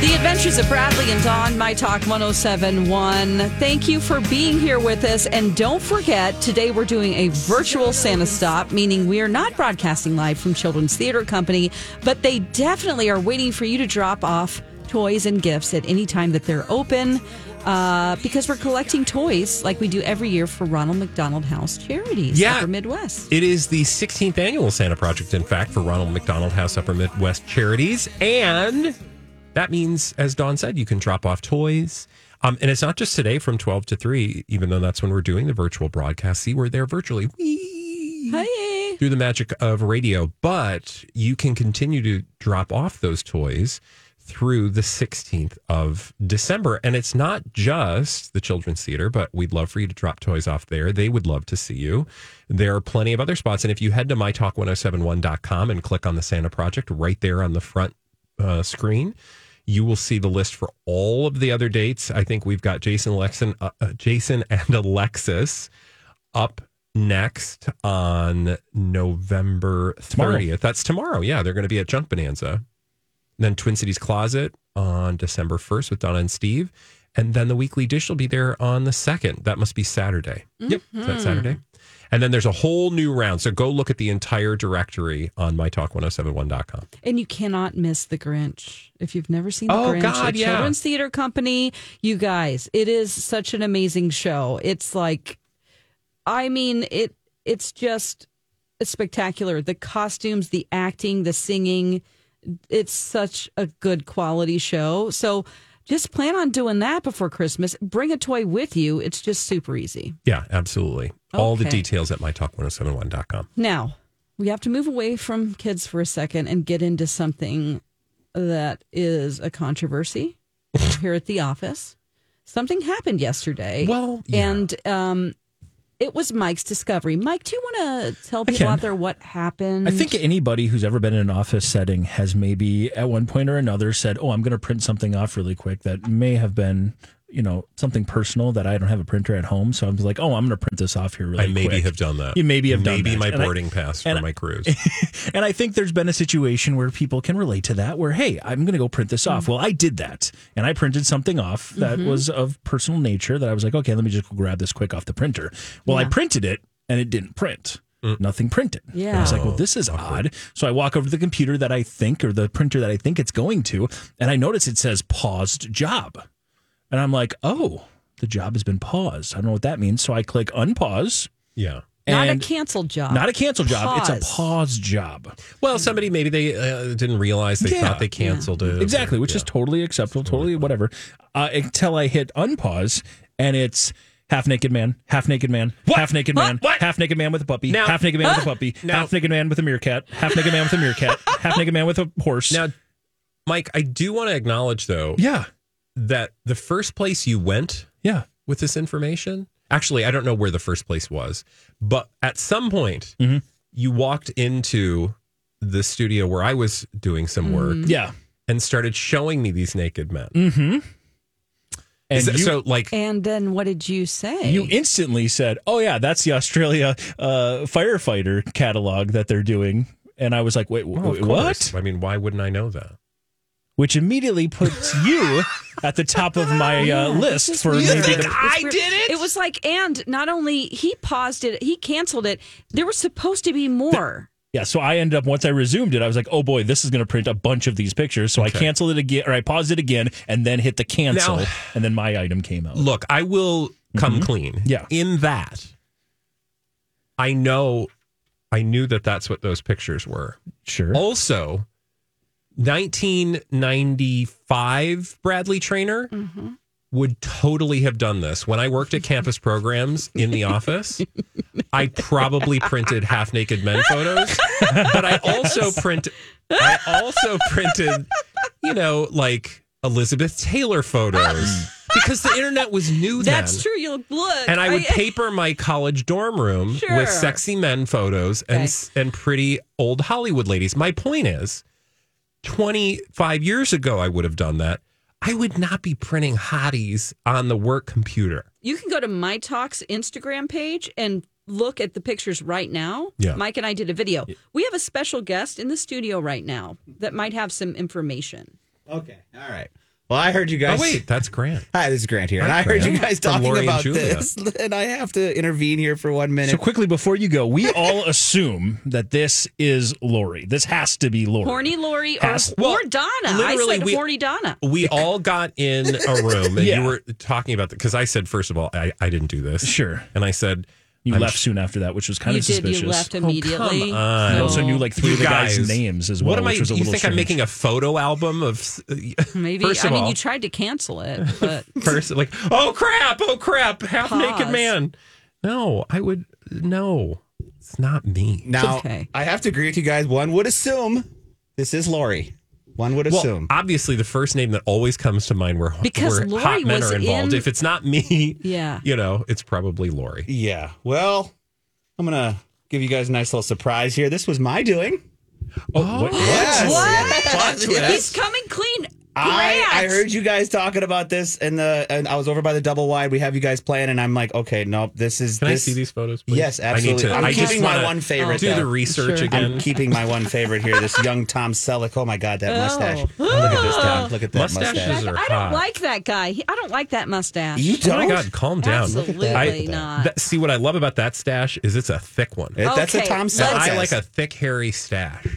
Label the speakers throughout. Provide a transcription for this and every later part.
Speaker 1: The Adventures of Bradley and Dawn, My Talk 1071. Thank you for being here with us. And don't forget, today we're doing a virtual Santa Stop, meaning we are not broadcasting live from Children's Theater Company, but they definitely are waiting for you to drop off toys and gifts at any time that they're open uh, because we're collecting toys like we do every year for Ronald McDonald House Charities,
Speaker 2: Yeah.
Speaker 1: Upper Midwest.
Speaker 2: It is the 16th annual Santa Project, in fact, for Ronald McDonald House Upper Midwest Charities. And that means, as Dawn said, you can drop off toys. Um, and it's not just today from 12 to 3, even though that's when we're doing the virtual broadcast. See, we're there virtually. Whee!
Speaker 1: Hey.
Speaker 2: through the magic of radio, but you can continue to drop off those toys through the 16th of December. And it's not just the Children's Theater, but we'd love for you to drop toys off there. They would love to see you. There are plenty of other spots. And if you head to mytalk1071.com and click on the Santa Project right there on the front uh, screen, you will see the list for all of the other dates. I think we've got Jason, Lexan, uh, uh, Jason and Alexis up next on November 30th.
Speaker 3: Tomorrow.
Speaker 2: That's tomorrow. Yeah, they're going to be at Junk Bonanza. And then Twin Cities Closet on December 1st with Donna and Steve. And then the weekly dish will be there on the 2nd. That must be Saturday. Yep. Is that Saturday? And then there's a whole new round. So go look at the entire directory on mytalk1071.com.
Speaker 1: And you cannot miss The Grinch. If you've never seen The
Speaker 2: Oh,
Speaker 1: Grinch,
Speaker 2: God,
Speaker 1: at
Speaker 2: yeah.
Speaker 1: Children's Theater Company, you guys, it is such an amazing show. It's like, I mean, it it's just spectacular. The costumes, the acting, the singing. It's such a good quality show. So just plan on doing that before Christmas. Bring a toy with you. It's just super easy.
Speaker 2: Yeah, absolutely. All the
Speaker 1: Okay.
Speaker 2: details at mytalk1071.com.
Speaker 1: Now, we have to move away from kids for a second and get into something that is a controversy here at the office. Something happened yesterday.
Speaker 2: Well, yeah.
Speaker 1: and um, it was Mike's discovery. Mike, do you want to tell people
Speaker 3: can.
Speaker 1: out there what happened?
Speaker 3: I think anybody who's ever been in an office setting has maybe at one point or another said, "Oh, I'm going to print something off really quick that may have been, you know, something personal that I don't have a printer at home." So I'm just like, "Oh, I'm going to print this off here really
Speaker 2: I
Speaker 3: quick."
Speaker 2: maybe have done that.
Speaker 3: You maybe have done
Speaker 2: maybe
Speaker 3: that.
Speaker 2: my
Speaker 3: And I-
Speaker 2: boarding pass for
Speaker 3: and I-
Speaker 2: my cruise.
Speaker 3: and I think there's been a situation where people can relate to that, where hey, I'm going to go print this off.
Speaker 1: Mm-hmm.
Speaker 3: Well, I did that, and I printed something off that was of personal nature that I was like, okay, let me just go grab this quick off the printer. Well, I printed it, and it didn't print. Nothing printed. And I was like, well, this is odd. So I walk over to the computer that I think, or the printer that I think it's going to, and I notice it says paused job. And I'm like, oh, the job has been paused. I don't know what that means. So I click unpause.
Speaker 2: yeah.
Speaker 1: not a
Speaker 3: and-
Speaker 1: canceled job.
Speaker 3: Not a cancel job. It's
Speaker 1: Pause.
Speaker 3: a pause job.
Speaker 2: Well, somebody maybe they uh, didn't realize they
Speaker 3: Yeah.
Speaker 2: thought they canceled it.
Speaker 3: Exactly, which is totally acceptable, totally whatever. Uh, until I hit unpause, and it's half naked man, half naked man, half naked
Speaker 1: What?
Speaker 3: man,
Speaker 2: What?
Speaker 3: half naked man with a puppy,
Speaker 2: Now-
Speaker 3: half naked man with a puppy,
Speaker 2: Now-
Speaker 3: half naked man with a meerkat, half naked man with a meerkat, half naked man with a horse.
Speaker 2: Now, Mike, I do want to acknowledge though
Speaker 3: yeah,
Speaker 2: that the first place you went
Speaker 3: yeah,
Speaker 2: with this information, actually, I don't know where the first place was, but at some point
Speaker 3: Mm-hmm.
Speaker 2: you walked into the studio where I was doing some work
Speaker 3: yeah.
Speaker 2: and started showing me these naked men.
Speaker 3: Mm-hmm. And
Speaker 2: Is that-
Speaker 3: you,
Speaker 2: so, like,
Speaker 1: and then what did you say?
Speaker 3: you instantly said, "Oh yeah, that's the Australia uh, firefighter catalog that they're doing." And I was like, "Wait, wh-
Speaker 2: Well, Oh, of
Speaker 3: what?"
Speaker 2: course. I mean, why wouldn't I know that?
Speaker 3: Which immediately puts you at the top of my uh, list for
Speaker 1: weird.
Speaker 3: maybe the
Speaker 1: It's weird. It was like, and not only he paused it, he canceled it. There was supposed to be more.
Speaker 3: Yeah, so I ended up once I resumed it, I was like, "Oh boy, this is going to print a bunch of these pictures." So I canceled it again, or I paused it again, and then hit the cancel,
Speaker 2: Now-
Speaker 3: and then my item came out.
Speaker 2: Look, I will come clean.
Speaker 3: Yeah.
Speaker 2: In that, I know, I knew that that's what those pictures were.
Speaker 3: Sure,
Speaker 2: Also, 1995 Bradley Trainer would totally have done this. When I worked at campus programs in the office, I probably printed half naked men photos, but I also print I also printed, you know, like Elizabeth Taylor photos because the internet was new then.
Speaker 1: That's true. You'll look.
Speaker 2: And I would paper my college dorm room
Speaker 1: Sure.
Speaker 2: with sexy men photos and s and pretty old Hollywood ladies. My point is, 25 years ago, I would have done that. I would not be printing hotties on the work computer.
Speaker 1: you can go to my talks instagram page and look at the pictures right now
Speaker 2: Yeah.
Speaker 1: mike and i did a video we have a special guest in the studio right now that might have some information
Speaker 4: Okay. All right. Well, I heard you guys.
Speaker 2: Oh wait, that's Grant.
Speaker 4: Hi, this is Grant here.
Speaker 2: Hi,
Speaker 4: and I heard
Speaker 2: Grant.
Speaker 4: you guys
Speaker 2: From
Speaker 4: talking
Speaker 2: Lori and
Speaker 4: about
Speaker 2: Julia.
Speaker 4: this, and I have to intervene here for one minute.
Speaker 3: So quickly before you go, we all assume that this is Lori. This has to be Lori.
Speaker 1: Horny Lori or,
Speaker 3: Has-
Speaker 2: well,
Speaker 1: or Donna. I
Speaker 2: literally,
Speaker 1: said
Speaker 2: we-
Speaker 1: horny Donna.
Speaker 2: We all got in a room and
Speaker 3: Yeah.
Speaker 2: you were talking about that because I said first of all I, I didn't do this.
Speaker 3: Sure.
Speaker 2: And I said
Speaker 3: You
Speaker 2: I'm
Speaker 3: left
Speaker 2: sh-
Speaker 3: soon after that, which was kind
Speaker 1: You
Speaker 3: of
Speaker 1: did.
Speaker 3: suspicious.
Speaker 1: You left
Speaker 2: Oh, come
Speaker 1: immediately.
Speaker 2: on.
Speaker 3: I
Speaker 2: I
Speaker 3: also knew like three
Speaker 2: You
Speaker 3: of the guys',
Speaker 2: guys,
Speaker 3: names as well,
Speaker 2: What am I?
Speaker 3: which was a
Speaker 2: you
Speaker 3: little
Speaker 2: think I'm
Speaker 3: strange.
Speaker 2: making a photo album of? s-
Speaker 1: Maybe.
Speaker 2: First
Speaker 1: I
Speaker 2: of
Speaker 1: mean,
Speaker 2: all-
Speaker 1: you tried to cancel it, but
Speaker 2: person like oh crap oh crap half naked
Speaker 1: Pause.
Speaker 2: man no i would no it's not me
Speaker 4: now,
Speaker 1: okay.
Speaker 4: I have to agree with you guys. One would assume this is Lori. One would
Speaker 2: well
Speaker 4: assume.
Speaker 2: obviously the first name that always comes to mind where,
Speaker 1: Because
Speaker 2: where
Speaker 1: Lori
Speaker 2: hot men
Speaker 1: was
Speaker 2: are involved
Speaker 1: in-
Speaker 2: if it's not me
Speaker 1: Yeah.
Speaker 2: you know it's probably lori
Speaker 4: yeah. Well, I'm gonna give you guys a nice little surprise here. This was my doing.
Speaker 2: oh, what-
Speaker 4: Yes. Plot
Speaker 1: what?
Speaker 4: twist.
Speaker 1: He's coming clean.
Speaker 4: I,
Speaker 1: Grant!
Speaker 4: I heard you guys talking about this, and the and I was over by the double wide. We have you guys playing, and I'm like, okay, nope, this is.
Speaker 2: can i
Speaker 4: this,
Speaker 2: see these photos please?
Speaker 4: Yes,
Speaker 2: i need
Speaker 4: absolutely.
Speaker 2: to
Speaker 4: I'm
Speaker 2: I just
Speaker 4: keeping my
Speaker 2: wanna
Speaker 4: one favorite,
Speaker 2: do
Speaker 4: though.
Speaker 2: the research
Speaker 1: Sure.
Speaker 4: I'm
Speaker 2: again
Speaker 4: keeping my one favorite here. This young Tom Selleck. Oh my God, that
Speaker 1: Oh.
Speaker 4: mustache! Look at this, Tom. Look at that mustache.
Speaker 2: Mustaches are
Speaker 1: I
Speaker 2: hot.
Speaker 1: don't like that guy. He, I don't like that mustache.
Speaker 4: You
Speaker 2: Oh my
Speaker 4: don't?
Speaker 2: God! Calm down.
Speaker 1: Absolutely
Speaker 2: I-
Speaker 1: not.
Speaker 2: that- see what I love about that stash is it's a thick one.
Speaker 4: It- That's a
Speaker 1: Okay,
Speaker 4: Tom
Speaker 1: let's-
Speaker 4: Selleck.
Speaker 2: I
Speaker 4: mustache.
Speaker 2: like a thick, hairy stash.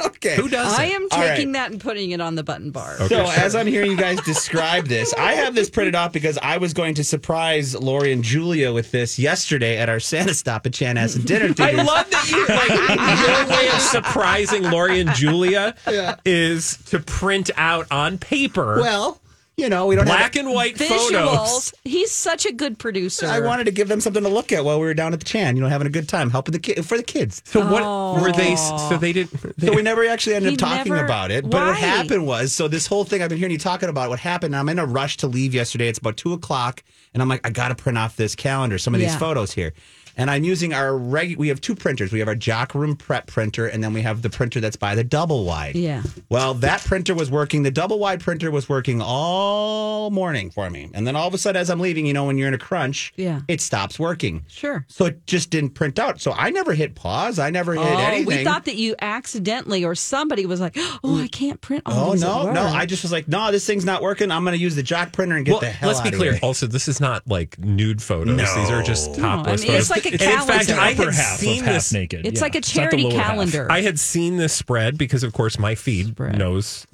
Speaker 4: Okay.
Speaker 2: Who does?
Speaker 1: I
Speaker 2: it?
Speaker 1: am
Speaker 4: All right.
Speaker 1: taking that and putting it on the button bar.
Speaker 4: So
Speaker 2: Okay,
Speaker 4: as I'm hearing you guys describe this, I have this printed off because I was going to surprise Lori and Julia with this yesterday at our Santa stop at Chanhassen dinner
Speaker 2: I
Speaker 4: theater.
Speaker 2: love that you like your way of surprising Lori and Julia is to print out on paper
Speaker 4: well, you know, we don't
Speaker 2: black
Speaker 4: have.
Speaker 2: and white photos.
Speaker 1: Visuals. He's such a good producer.
Speaker 4: I wanted to give them something to look at while we were down at the Chan, you know, having a good time, helping the kid for the kids.
Speaker 2: So what were they? So they didn't.
Speaker 4: So we never actually ended
Speaker 1: He
Speaker 4: up talking
Speaker 1: never-
Speaker 4: about it. But
Speaker 1: Why?
Speaker 4: what happened was, so this whole thing I've been hearing you talking about, what happened, I'm in a rush to leave yesterday. It's about two o'clock, and I'm like, I gotta print off this calendar, some of
Speaker 1: Yeah.
Speaker 4: these photos here. And I'm using our regular, we have two printers. We have our jock room prep printer, and then we have the printer that's by the double wide.
Speaker 1: Yeah.
Speaker 4: Well, that printer was working. The double wide printer was working all morning for me. And then all of a sudden, as I'm leaving, you know, when you're in a crunch,
Speaker 1: Yeah.
Speaker 4: it stops working.
Speaker 1: Sure.
Speaker 4: So it just didn't print out. So I never hit pause. I never hit
Speaker 1: Oh,
Speaker 4: anything.
Speaker 1: we thought that you accidentally or somebody was like, "Oh, I can't print all
Speaker 4: Oh
Speaker 1: these at
Speaker 4: no, no!
Speaker 1: work."
Speaker 4: I just was like, no, this thing's not working. I'm going to use the jock printer and get the hell
Speaker 2: let's
Speaker 4: out
Speaker 2: be
Speaker 4: of
Speaker 2: clear.
Speaker 4: here.
Speaker 2: Also, this is not like nude photos. These are just
Speaker 1: No, I
Speaker 2: topless
Speaker 1: mean, it's
Speaker 2: photos.
Speaker 1: like a
Speaker 2: And in fact,
Speaker 1: calendar.
Speaker 2: I
Speaker 3: upper
Speaker 2: had
Speaker 3: half of
Speaker 2: seen
Speaker 3: half
Speaker 2: this.
Speaker 3: naked.
Speaker 1: It's
Speaker 3: yeah.
Speaker 1: like a
Speaker 3: not the
Speaker 1: charity
Speaker 3: lower half.
Speaker 1: calendar.
Speaker 2: I had seen this spread because, of course, my feed
Speaker 1: Spread.
Speaker 2: knows.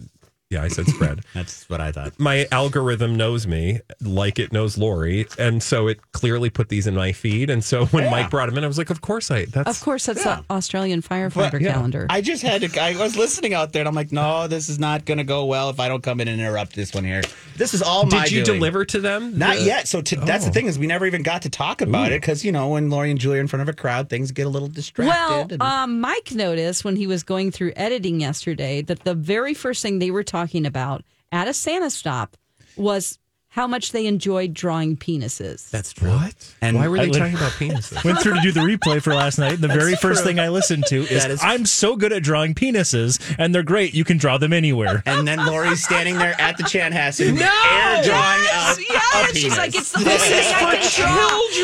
Speaker 2: Yeah, I said spread.
Speaker 4: That's what I thought.
Speaker 2: my algorithm knows me like it knows Lori, and so it clearly put these in my feed. And so when Mike brought them in, I was like, "Of course I." That's
Speaker 1: of course, that's the Australian firefighter
Speaker 4: But-
Speaker 1: calendar.
Speaker 4: I just had to. I was listening out there, and I'm like, no, this is not going to go well if I don't come in and interrupt this one here. This is all my.
Speaker 2: Did you
Speaker 4: doing.
Speaker 2: deliver to them?
Speaker 4: Not
Speaker 2: the-
Speaker 4: yet. So to, that's the
Speaker 2: Oh.
Speaker 4: thing is, we never even got to talk about it because you know when Lori and Julie are in front of a crowd, things get a little
Speaker 1: well,
Speaker 4: distracted. and-
Speaker 1: um, Mike noticed when he was going through editing yesterday that the very first thing they were talking about at a Santa stop was how much they enjoyed drawing penises.
Speaker 4: that's
Speaker 2: What?
Speaker 4: And
Speaker 2: why were
Speaker 4: I
Speaker 2: they
Speaker 4: lit-
Speaker 2: talking about penises?
Speaker 3: Went through to do the replay for last night. and The very first thing I listened to is,
Speaker 4: That is-
Speaker 3: I'm so good at drawing penises, and they're great. You can draw them anywhere.
Speaker 1: uh,
Speaker 4: And then Lori's standing there at the Chanhassen,
Speaker 2: No!
Speaker 4: air drawing
Speaker 1: Yes,
Speaker 4: out
Speaker 1: yes.
Speaker 4: a
Speaker 1: She's
Speaker 4: penis.
Speaker 1: like, it's the best thing I could draw. It's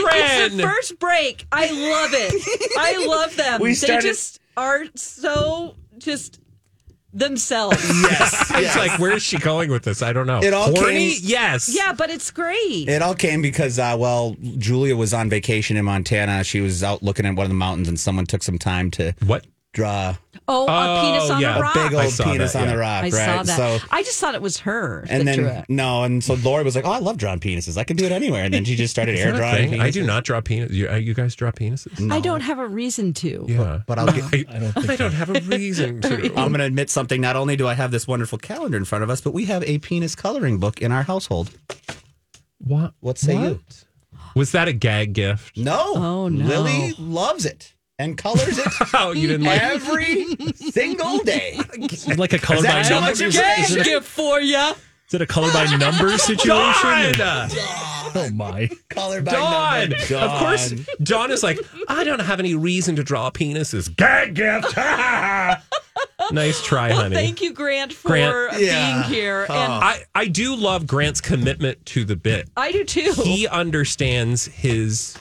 Speaker 1: the
Speaker 2: children.
Speaker 1: first break. I love it. I love them.
Speaker 4: We started-
Speaker 1: They just are so just themselves.
Speaker 4: yes,
Speaker 2: It's like, where is she going with this? I don't know.
Speaker 4: It all
Speaker 2: Horny?
Speaker 4: came-
Speaker 2: Yes.
Speaker 1: yeah, but it's great.
Speaker 4: It all came because, uh, well, Julia was on vacation in Montana. She was out looking at one of the mountains, and someone took some time to
Speaker 2: What?
Speaker 4: draw
Speaker 1: oh, a penis
Speaker 2: Oh,
Speaker 1: on
Speaker 2: yeah.
Speaker 1: a
Speaker 2: A
Speaker 1: rock.
Speaker 4: big
Speaker 2: I
Speaker 4: old
Speaker 2: saw
Speaker 4: penis
Speaker 2: that,
Speaker 4: on
Speaker 2: yeah.
Speaker 4: the rock,
Speaker 1: Ah. I
Speaker 4: right?
Speaker 1: saw that.
Speaker 4: So,
Speaker 1: I just thought it was her.
Speaker 4: and
Speaker 1: that
Speaker 4: then
Speaker 1: drew it.
Speaker 4: no, and so Lori was like, "Oh, I love drawing penises. I can do it anywhere." And then she just started
Speaker 2: Is
Speaker 4: air
Speaker 2: that a
Speaker 4: drawing.
Speaker 2: thing?
Speaker 4: penises.
Speaker 2: I do not draw penis. You, uh, you guys draw penises?
Speaker 1: I don't have a reason to.
Speaker 2: Yeah.
Speaker 4: But I'll get,
Speaker 2: I, don't I don't have a reason to.
Speaker 4: I'm going to admit something. Not only do I have this wonderful calendar in front of us, but we have a penis coloring book in our household.
Speaker 2: What?
Speaker 4: What say you?
Speaker 2: Was that a gag gift?
Speaker 4: No,
Speaker 1: Oh, no.
Speaker 4: Lily loves it and colors it
Speaker 2: Oh, you didn't like
Speaker 4: every single day.
Speaker 3: like a color by
Speaker 4: that too
Speaker 3: numbers.
Speaker 4: much
Speaker 3: Is
Speaker 4: information?
Speaker 3: it-
Speaker 1: gift for you.
Speaker 3: is it a color by numbers situation?
Speaker 2: God!
Speaker 3: Oh my.
Speaker 4: Color by
Speaker 2: Dawn.
Speaker 4: number.
Speaker 2: Of course,
Speaker 4: Dawn.
Speaker 2: Dawn is like, I don't have any reason to draw penises. Gag gift. nice try, honey.
Speaker 1: Thank you, Grant, for
Speaker 2: Grant.
Speaker 1: being
Speaker 4: Yeah. Oh.
Speaker 1: here. And
Speaker 2: I, I do love
Speaker 4: Oh.
Speaker 2: Grant's commitment to the bit.
Speaker 1: I do too.
Speaker 2: He understands his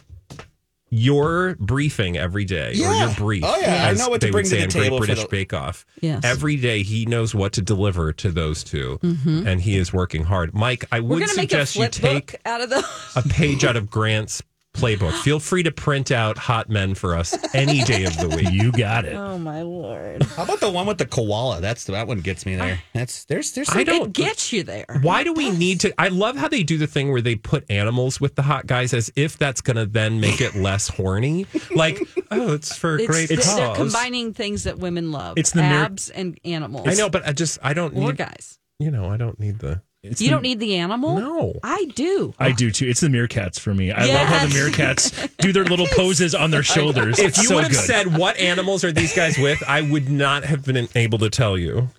Speaker 2: your briefing every day or
Speaker 4: Yeah.
Speaker 2: your brief.
Speaker 4: Oh, yeah. I
Speaker 2: as
Speaker 4: know what to
Speaker 2: they
Speaker 4: bring
Speaker 2: would
Speaker 4: to
Speaker 2: say
Speaker 4: the
Speaker 2: in Great
Speaker 4: table for
Speaker 2: British
Speaker 4: the-
Speaker 2: Bake Off.
Speaker 1: Yes.
Speaker 2: Every day he knows what to deliver to those 2
Speaker 4: Mm-hmm.
Speaker 2: and he is working hard. Mike, I
Speaker 1: We're
Speaker 2: would
Speaker 1: going to make a
Speaker 2: suggest you
Speaker 1: flip
Speaker 2: take
Speaker 1: book out of the.
Speaker 2: a page out of Grant's playbook. Feel free to print out hot men for us any day of the week.
Speaker 3: You got it.
Speaker 1: Oh my lord!
Speaker 4: How about the one with the koala? That's that one gets me there. That's there's there's
Speaker 2: I
Speaker 4: some-
Speaker 2: don't
Speaker 1: It gets you there.
Speaker 2: Why do we need to? I love how they do the thing where they put animals with the hot guys as if that's going to then make it less horny. Like, oh, it's for a
Speaker 1: It's,
Speaker 2: great
Speaker 1: they're,
Speaker 2: cause.
Speaker 1: they're combining things that women love.
Speaker 3: It's the nar-
Speaker 1: abs and animals.
Speaker 2: I know, but I just I don't
Speaker 1: Or
Speaker 2: need.
Speaker 1: guys.
Speaker 2: You know, I don't need the.
Speaker 3: It's
Speaker 1: You
Speaker 3: the-
Speaker 1: don't need the animal.
Speaker 2: No.
Speaker 1: I do.
Speaker 3: I do too. It's the meerkats for me. I love how the
Speaker 1: Yes.
Speaker 3: meerkats do their little poses on their shoulders.
Speaker 2: If
Speaker 3: It's
Speaker 2: you
Speaker 3: so
Speaker 2: would have
Speaker 3: good.
Speaker 2: said what animals are these guys with, I would not have been able to tell you.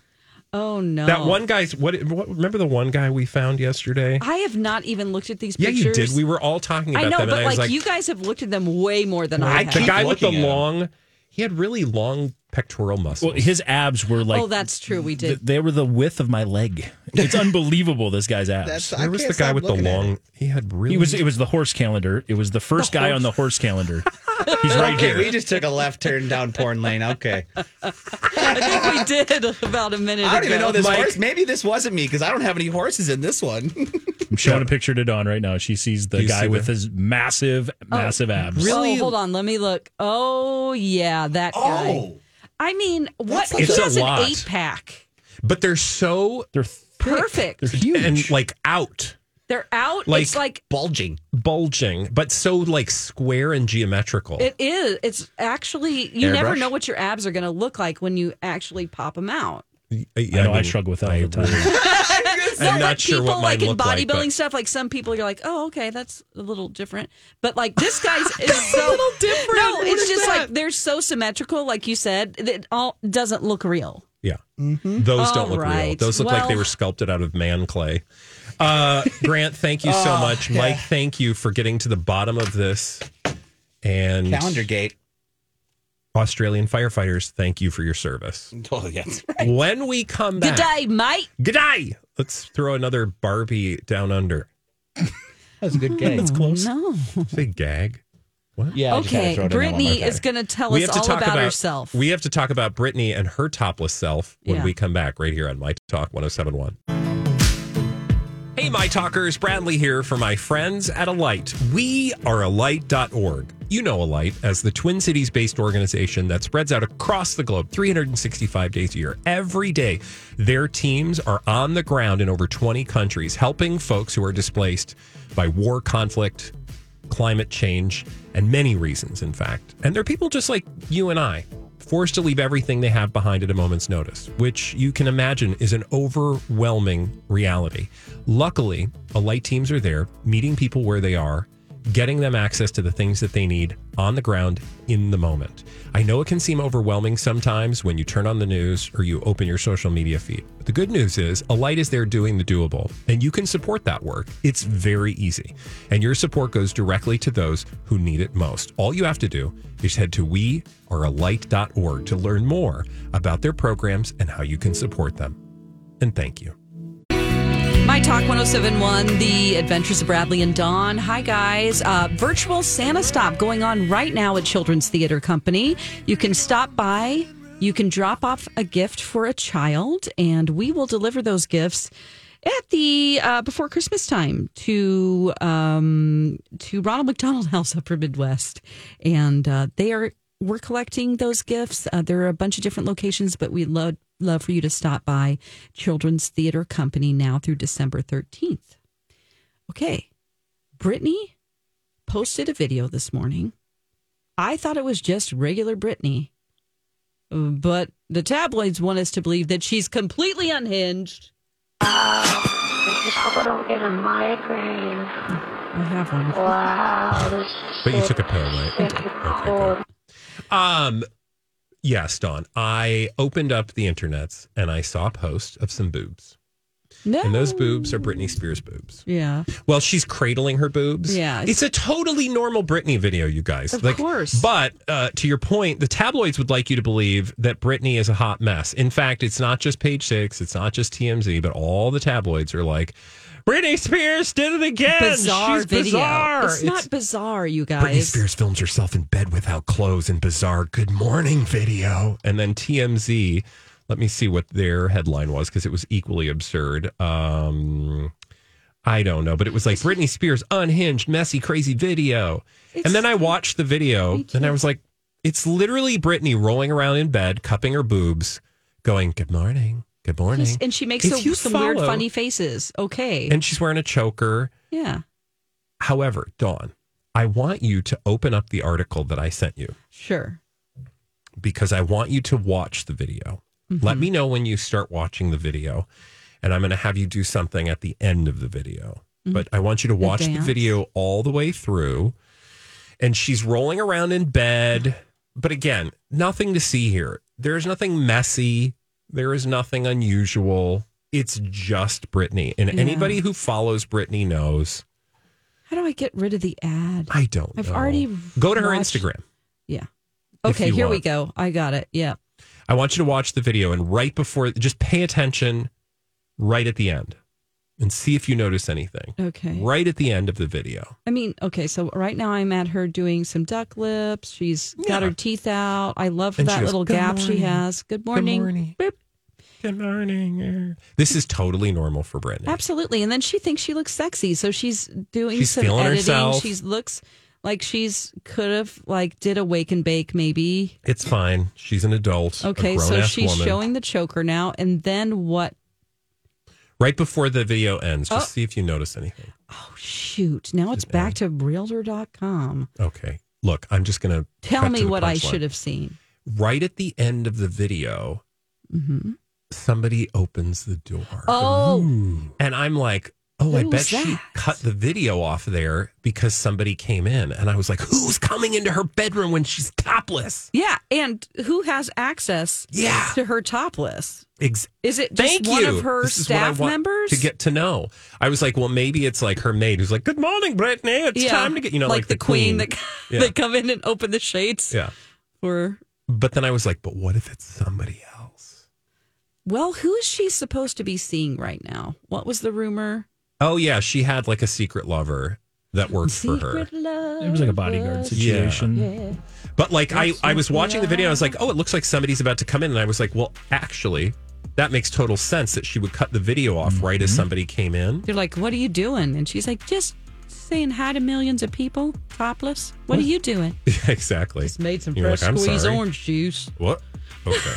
Speaker 1: Oh no.
Speaker 2: That one guy's what, what? Remember the one guy we found yesterday?
Speaker 1: I have not even looked at these
Speaker 2: Yeah,
Speaker 1: pictures.
Speaker 2: you did. We were all talking about
Speaker 1: I know,
Speaker 2: them,
Speaker 1: but
Speaker 2: and I
Speaker 1: like,
Speaker 2: was like,
Speaker 1: you guys have looked at them way more than I,
Speaker 4: I
Speaker 1: have.
Speaker 2: the
Speaker 4: keep
Speaker 2: guy with the
Speaker 4: looking at him.
Speaker 2: long, he had really long pectoral muscles.
Speaker 3: well, his abs were like
Speaker 1: oh, that's true. We
Speaker 3: th-
Speaker 1: did.
Speaker 3: they were the width of my leg. It's unbelievable. This guy's abs.
Speaker 4: That's- I
Speaker 2: Where was
Speaker 4: can't
Speaker 2: the guy
Speaker 4: stop
Speaker 2: with the
Speaker 4: looking at
Speaker 2: long? He had really.
Speaker 3: He was. It was the horse calendar. It was the first guy on the horse calendar. He's right
Speaker 4: Okay,
Speaker 3: here.
Speaker 4: we just took a left turn down porn lane. Okay, I
Speaker 1: I think we did about a minute
Speaker 4: don't
Speaker 1: ago.
Speaker 4: even know this
Speaker 2: Mike.
Speaker 4: horse. Maybe this wasn't me because I don't have any horses in this one.
Speaker 3: I'm showing a picture to Dawn right now. She sees the
Speaker 2: Do you
Speaker 3: guy
Speaker 2: see
Speaker 3: with
Speaker 2: the-
Speaker 3: his massive, massive abs.
Speaker 1: Oh, hold on. Let me look. Oh, yeah, that guy. I mean, what? He
Speaker 4: like
Speaker 2: It's Oh. a
Speaker 1: has an
Speaker 2: lot.
Speaker 1: eight pack.
Speaker 2: but they're so
Speaker 3: They're thick.
Speaker 1: Perfect.
Speaker 3: They're
Speaker 1: They're,
Speaker 3: huge.
Speaker 2: and like out
Speaker 1: out.
Speaker 2: Like-
Speaker 1: it's like
Speaker 4: Bulging.
Speaker 2: bulging, but so like square and geometrical.
Speaker 1: it is. It's actually you never
Speaker 4: Airbrush?
Speaker 1: know what your abs are going to look like when you actually pop them out.
Speaker 3: I know I struggle with that all the time.
Speaker 1: No,
Speaker 2: I'm
Speaker 1: but
Speaker 2: not sure
Speaker 1: people
Speaker 2: what
Speaker 1: like
Speaker 2: mine
Speaker 1: in
Speaker 2: look like,
Speaker 1: bodybuilding
Speaker 2: but-
Speaker 1: stuff, like some people you're like, oh, okay, that's a little different. But like this guy's is so
Speaker 2: different.
Speaker 1: No,
Speaker 2: What
Speaker 1: it's
Speaker 2: is
Speaker 1: just
Speaker 2: that?
Speaker 1: like they're so symmetrical, like you said, that it all doesn't look real.
Speaker 2: Yeah. Those
Speaker 1: All
Speaker 2: don't look real.
Speaker 1: right.
Speaker 2: Those look like they
Speaker 1: Well-
Speaker 2: were sculpted out of man clay. Uh, Grant, thank you
Speaker 3: Oh,
Speaker 2: so much. Mike, thank you for getting to the bottom of this. And
Speaker 4: Calendar gate.
Speaker 2: Australian firefighters, thank you for your service.
Speaker 4: Oh yes.
Speaker 2: When we come
Speaker 1: Good
Speaker 2: back,
Speaker 1: day, mate.
Speaker 2: G'day! Let's throw another Barbie down under.
Speaker 4: That's a good game. That's close.
Speaker 1: No.
Speaker 2: Say gag.
Speaker 4: Yeah. I just had
Speaker 1: Okay,
Speaker 4: to throw it in there one more
Speaker 1: Brittany
Speaker 4: time.
Speaker 1: is going to tell us all about, herself.
Speaker 2: We have to talk about Brittany and her topless self when
Speaker 1: Yeah.
Speaker 2: we come back right here on My Talk 1071. Hey, My Talkers, Bradley here for my friends at Alight. We are Alight.org. You know Alight as the Twin Cities based organization that spreads out across the globe 365 days a year. Every day, their teams are on the ground in over 20 countries, helping folks who are displaced by war, conflict, climate change, and many reasons, in fact. And they're people just like you and I, forced to leave everything they have behind at a moment's notice, which you can imagine is an overwhelming reality. Luckily, Alight teams are there, meeting people where they are, getting them access to the things that they need on the ground in the moment. I know it can seem overwhelming sometimes when you turn on the news or you open your social media feed. But the good news is Alight is there doing the doable, and you can support that work. It's very easy. And your support goes directly to those who need it most. All you have to do is head to wearealight.org to learn more about their programs and how you can support them. And thank you.
Speaker 1: My Talk 1071, The Adventures of Bradley and Dawn. Hi, guys. Uh, virtual Santa Stop going on right now at Children's Theater Company. You can stop by, you can drop off a gift for a child, and we will deliver those gifts at the uh, before Christmas time to um, to Ronald McDonald House Upper Midwest, and uh, they are we're collecting those gifts. Uh, there are a bunch of different locations, but we love love for you to stop by Children's Theater Company now through December thirteenth. Okay, Brittany posted a video this morning. I thought it was just regular Brittany, but the tabloids want us to believe that she's completely unhinged.
Speaker 5: I just hope I don't get a migraine.
Speaker 1: I have one.
Speaker 5: Wow, this is
Speaker 2: But you
Speaker 5: so
Speaker 2: took a pill, right?
Speaker 5: freaking cold.
Speaker 2: Um, yes, Dawn. I opened up the internets and I saw a post of some boobs.
Speaker 1: No.
Speaker 2: And those boobs are Britney Spears boobs.
Speaker 1: Yeah.
Speaker 2: Well, she's cradling her boobs.
Speaker 1: Yeah.
Speaker 2: It's a totally normal Britney video, you guys.
Speaker 1: Of course.
Speaker 2: But uh, to your point, the tabloids would like you to believe that Britney is a hot mess. In fact, it's not just Page Six, it's not just TMZ, but all the tabloids are like, Britney Spears did it again.
Speaker 1: Bizarre
Speaker 2: She's
Speaker 1: video.
Speaker 2: bizarre.
Speaker 1: It's, not bizarre, you
Speaker 2: Britney
Speaker 1: guys.
Speaker 2: Spears films herself in bed without clothes in bizarre good morning video. And then TMZ, let me see what their headline was because it was equally absurd. Um, I don't know, but it was like Britney Spears unhinged, messy, crazy video. and then I watched the video and I was like, it's literally Britney rolling around in bed, cupping her boobs, going, Good morning. Good morning.
Speaker 1: Just- and she makes
Speaker 2: If
Speaker 1: so-
Speaker 2: you
Speaker 1: some weird,
Speaker 2: follow-
Speaker 1: funny faces. Okay.
Speaker 2: and she's wearing a choker.
Speaker 1: yeah.
Speaker 2: However, Dawn, I want you to open up the article that I sent you.
Speaker 1: Sure.
Speaker 2: because I want you to watch the video.
Speaker 1: Mm-hmm.
Speaker 2: Let me know when you start watching the video, and I'm going to have you do something at the end of the video. But I want you to watch the
Speaker 1: Mm-hmm. dance?
Speaker 2: video all the way through. And she's rolling around in bed. But again, nothing to see here. There's nothing messy, there is nothing unusual. It's just Britney. And
Speaker 1: Yeah.
Speaker 2: anybody who follows Britney knows.
Speaker 1: How do I get rid of the ad?
Speaker 2: I don't
Speaker 1: I've
Speaker 2: know.
Speaker 1: already
Speaker 2: Go to her
Speaker 1: watched-
Speaker 2: Instagram.
Speaker 1: Yeah.
Speaker 2: If
Speaker 1: Okay,
Speaker 2: you
Speaker 1: here we
Speaker 2: want.
Speaker 1: go. I got it. Yeah.
Speaker 2: I want you to watch the video and right before, just pay attention right at the end and see if you notice anything.
Speaker 1: Okay.
Speaker 2: Right at the end of the video.
Speaker 1: I mean, okay, so right now I'm at her doing some duck lips. She's got
Speaker 2: Yeah.
Speaker 1: her teeth out. I love
Speaker 2: And she
Speaker 1: that
Speaker 2: goes,
Speaker 1: little
Speaker 2: "Good
Speaker 1: gap she
Speaker 2: morning.
Speaker 1: has. Good morning.
Speaker 2: morning.
Speaker 1: Boop.
Speaker 2: Good morning. This is totally normal for Brittany.
Speaker 1: Absolutely. And then she thinks she looks sexy, so she's doing
Speaker 2: She's
Speaker 1: some
Speaker 2: feeling
Speaker 1: editing.
Speaker 2: herself.
Speaker 1: She looks like she's could have like did a wake and bake maybe.
Speaker 2: It's fine. She's an adult.
Speaker 1: Okay,
Speaker 2: a
Speaker 1: so
Speaker 2: grown-ass
Speaker 1: she's
Speaker 2: woman.
Speaker 1: showing the choker now and then what
Speaker 2: Right before the video ends, just
Speaker 1: Oh.
Speaker 2: see if you notice anything.
Speaker 1: Oh shoot. Now it's back to realtor.com.
Speaker 2: Okay. Look, I'm just going to
Speaker 1: Tell me what I should have seen.
Speaker 2: Right at the end of the video,
Speaker 1: hmm
Speaker 2: somebody opens the door.
Speaker 1: Oh,
Speaker 2: And I'm like, oh, I
Speaker 1: Who's
Speaker 2: bet she
Speaker 1: that?
Speaker 2: cut the video off there because somebody came in. And I was like, who's coming into her bedroom when she's topless?
Speaker 1: yeah. And who has access
Speaker 2: Yeah.
Speaker 1: to her topless?
Speaker 2: Ex-
Speaker 1: Is it just
Speaker 2: Thank
Speaker 1: one
Speaker 2: you.
Speaker 1: of her
Speaker 2: This is what I
Speaker 1: staff
Speaker 2: want
Speaker 1: members?
Speaker 2: to get to know. I was like, well, maybe it's like her maid who's like, good morning, Brittany. It's time to get, you know, like,
Speaker 1: the, queen, that
Speaker 2: Yeah.
Speaker 1: that come in and open the shades
Speaker 2: yeah.
Speaker 1: for.
Speaker 2: But then I was like, but what if it's somebody else?
Speaker 1: Well, who is she supposed to be seeing right now? What was the rumor?
Speaker 2: Oh, yeah. She had like a secret lover that worked for her.
Speaker 1: Secret love.
Speaker 3: It was like a bodyguard situation.
Speaker 2: But like I, I was watching the video, I was like, oh, it looks like somebody's about to come in, and I was like, well, actually, that makes total sense that she would cut the video off right as somebody came in.
Speaker 1: They're like, "What are you doing?" And she's like, "Just saying hi to millions of people, topless. What are you doing?"
Speaker 2: exactly.
Speaker 1: made some
Speaker 2: You're like, "I'm sorry."
Speaker 1: juice.
Speaker 2: What? Okay.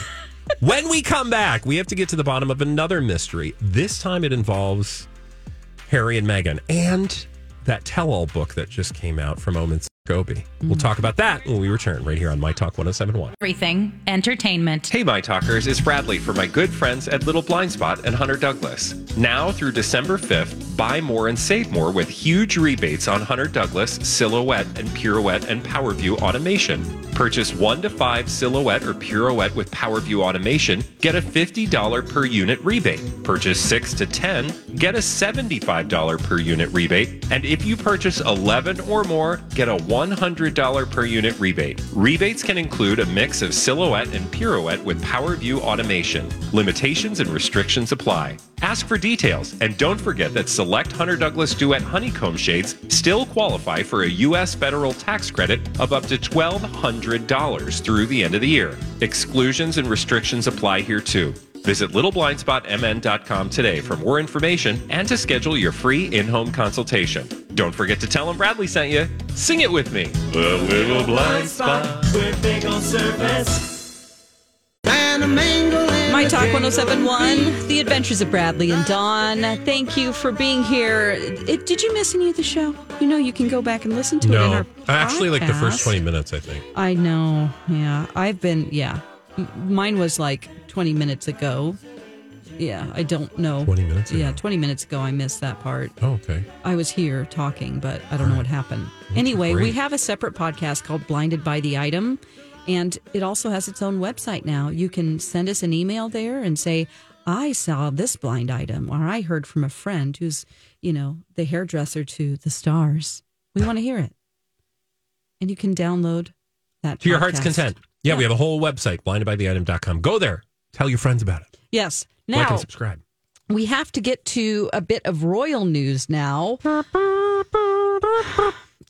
Speaker 2: when we come back, we have to get to the bottom of another mystery. This time, it involves Harry and Meghan and that tell-all book that just came out from Omen Scobie. We'll talk about that when we return right here on My Talk 1071.
Speaker 6: Everything entertainment.
Speaker 2: Hey, My Talkers, it's Bradley for my good friends at Little Blind Spot and Hunter Douglas. Now through December 5th, buy more and save more with huge rebates on Hunter Douglas, Silhouette, and Pirouette and PowerView automation. Purchase one to five Silhouette or Pirouette with PowerView automation, get a $50 per unit rebate. Purchase six to 10, get a $75 per unit rebate. And if you purchase 11 or more, get a $100 per unit rebate. Rebates can include a mix of silhouette and pirouette with PowerView automation. Limitations and restrictions apply. Ask for details and don't forget that select Hunter Douglas Duet honeycomb shades still qualify for a U.S. federal tax credit of up to $1,200 through the end of the year. Exclusions and restrictions apply here too. Visit littleblindspotmn.com today for more information and to schedule your free in home consultation. Don't forget to tell them Bradley sent you. Sing it with me. The Little Blind Spot.
Speaker 1: My Talk 1071, The Adventures of Bradley and Dawn. Thank you for being here. It, did you miss any of the show? You know, you can go back and listen to it. in our podcast.
Speaker 2: minutes, I think.
Speaker 1: I know. Yeah. I've been, yeah. M- Mine was like 20 minutes ago. Yeah. I don't know.
Speaker 2: 20 minutes
Speaker 1: Yeah.
Speaker 2: ago.
Speaker 1: 20 minutes ago, I missed that part.
Speaker 2: Oh, okay.
Speaker 1: I was here talking, but I don't know what happened. Anyway, we
Speaker 2: great.
Speaker 1: have a separate podcast called Blinded by the Item, and it also has its own website now. You can send us an email there and say, I saw this blind item, or I heard from a friend who's, you know, the hairdresser to the stars. We want to hear it. And you can download that
Speaker 2: To your heart's
Speaker 1: podcast.
Speaker 2: content. Yeah, we have a whole website, blindedbytheitem.com. Go there. Tell your friends about it.
Speaker 1: Yes.
Speaker 2: like
Speaker 1: Now
Speaker 2: and subscribe.
Speaker 1: we have to get to a bit of royal news now.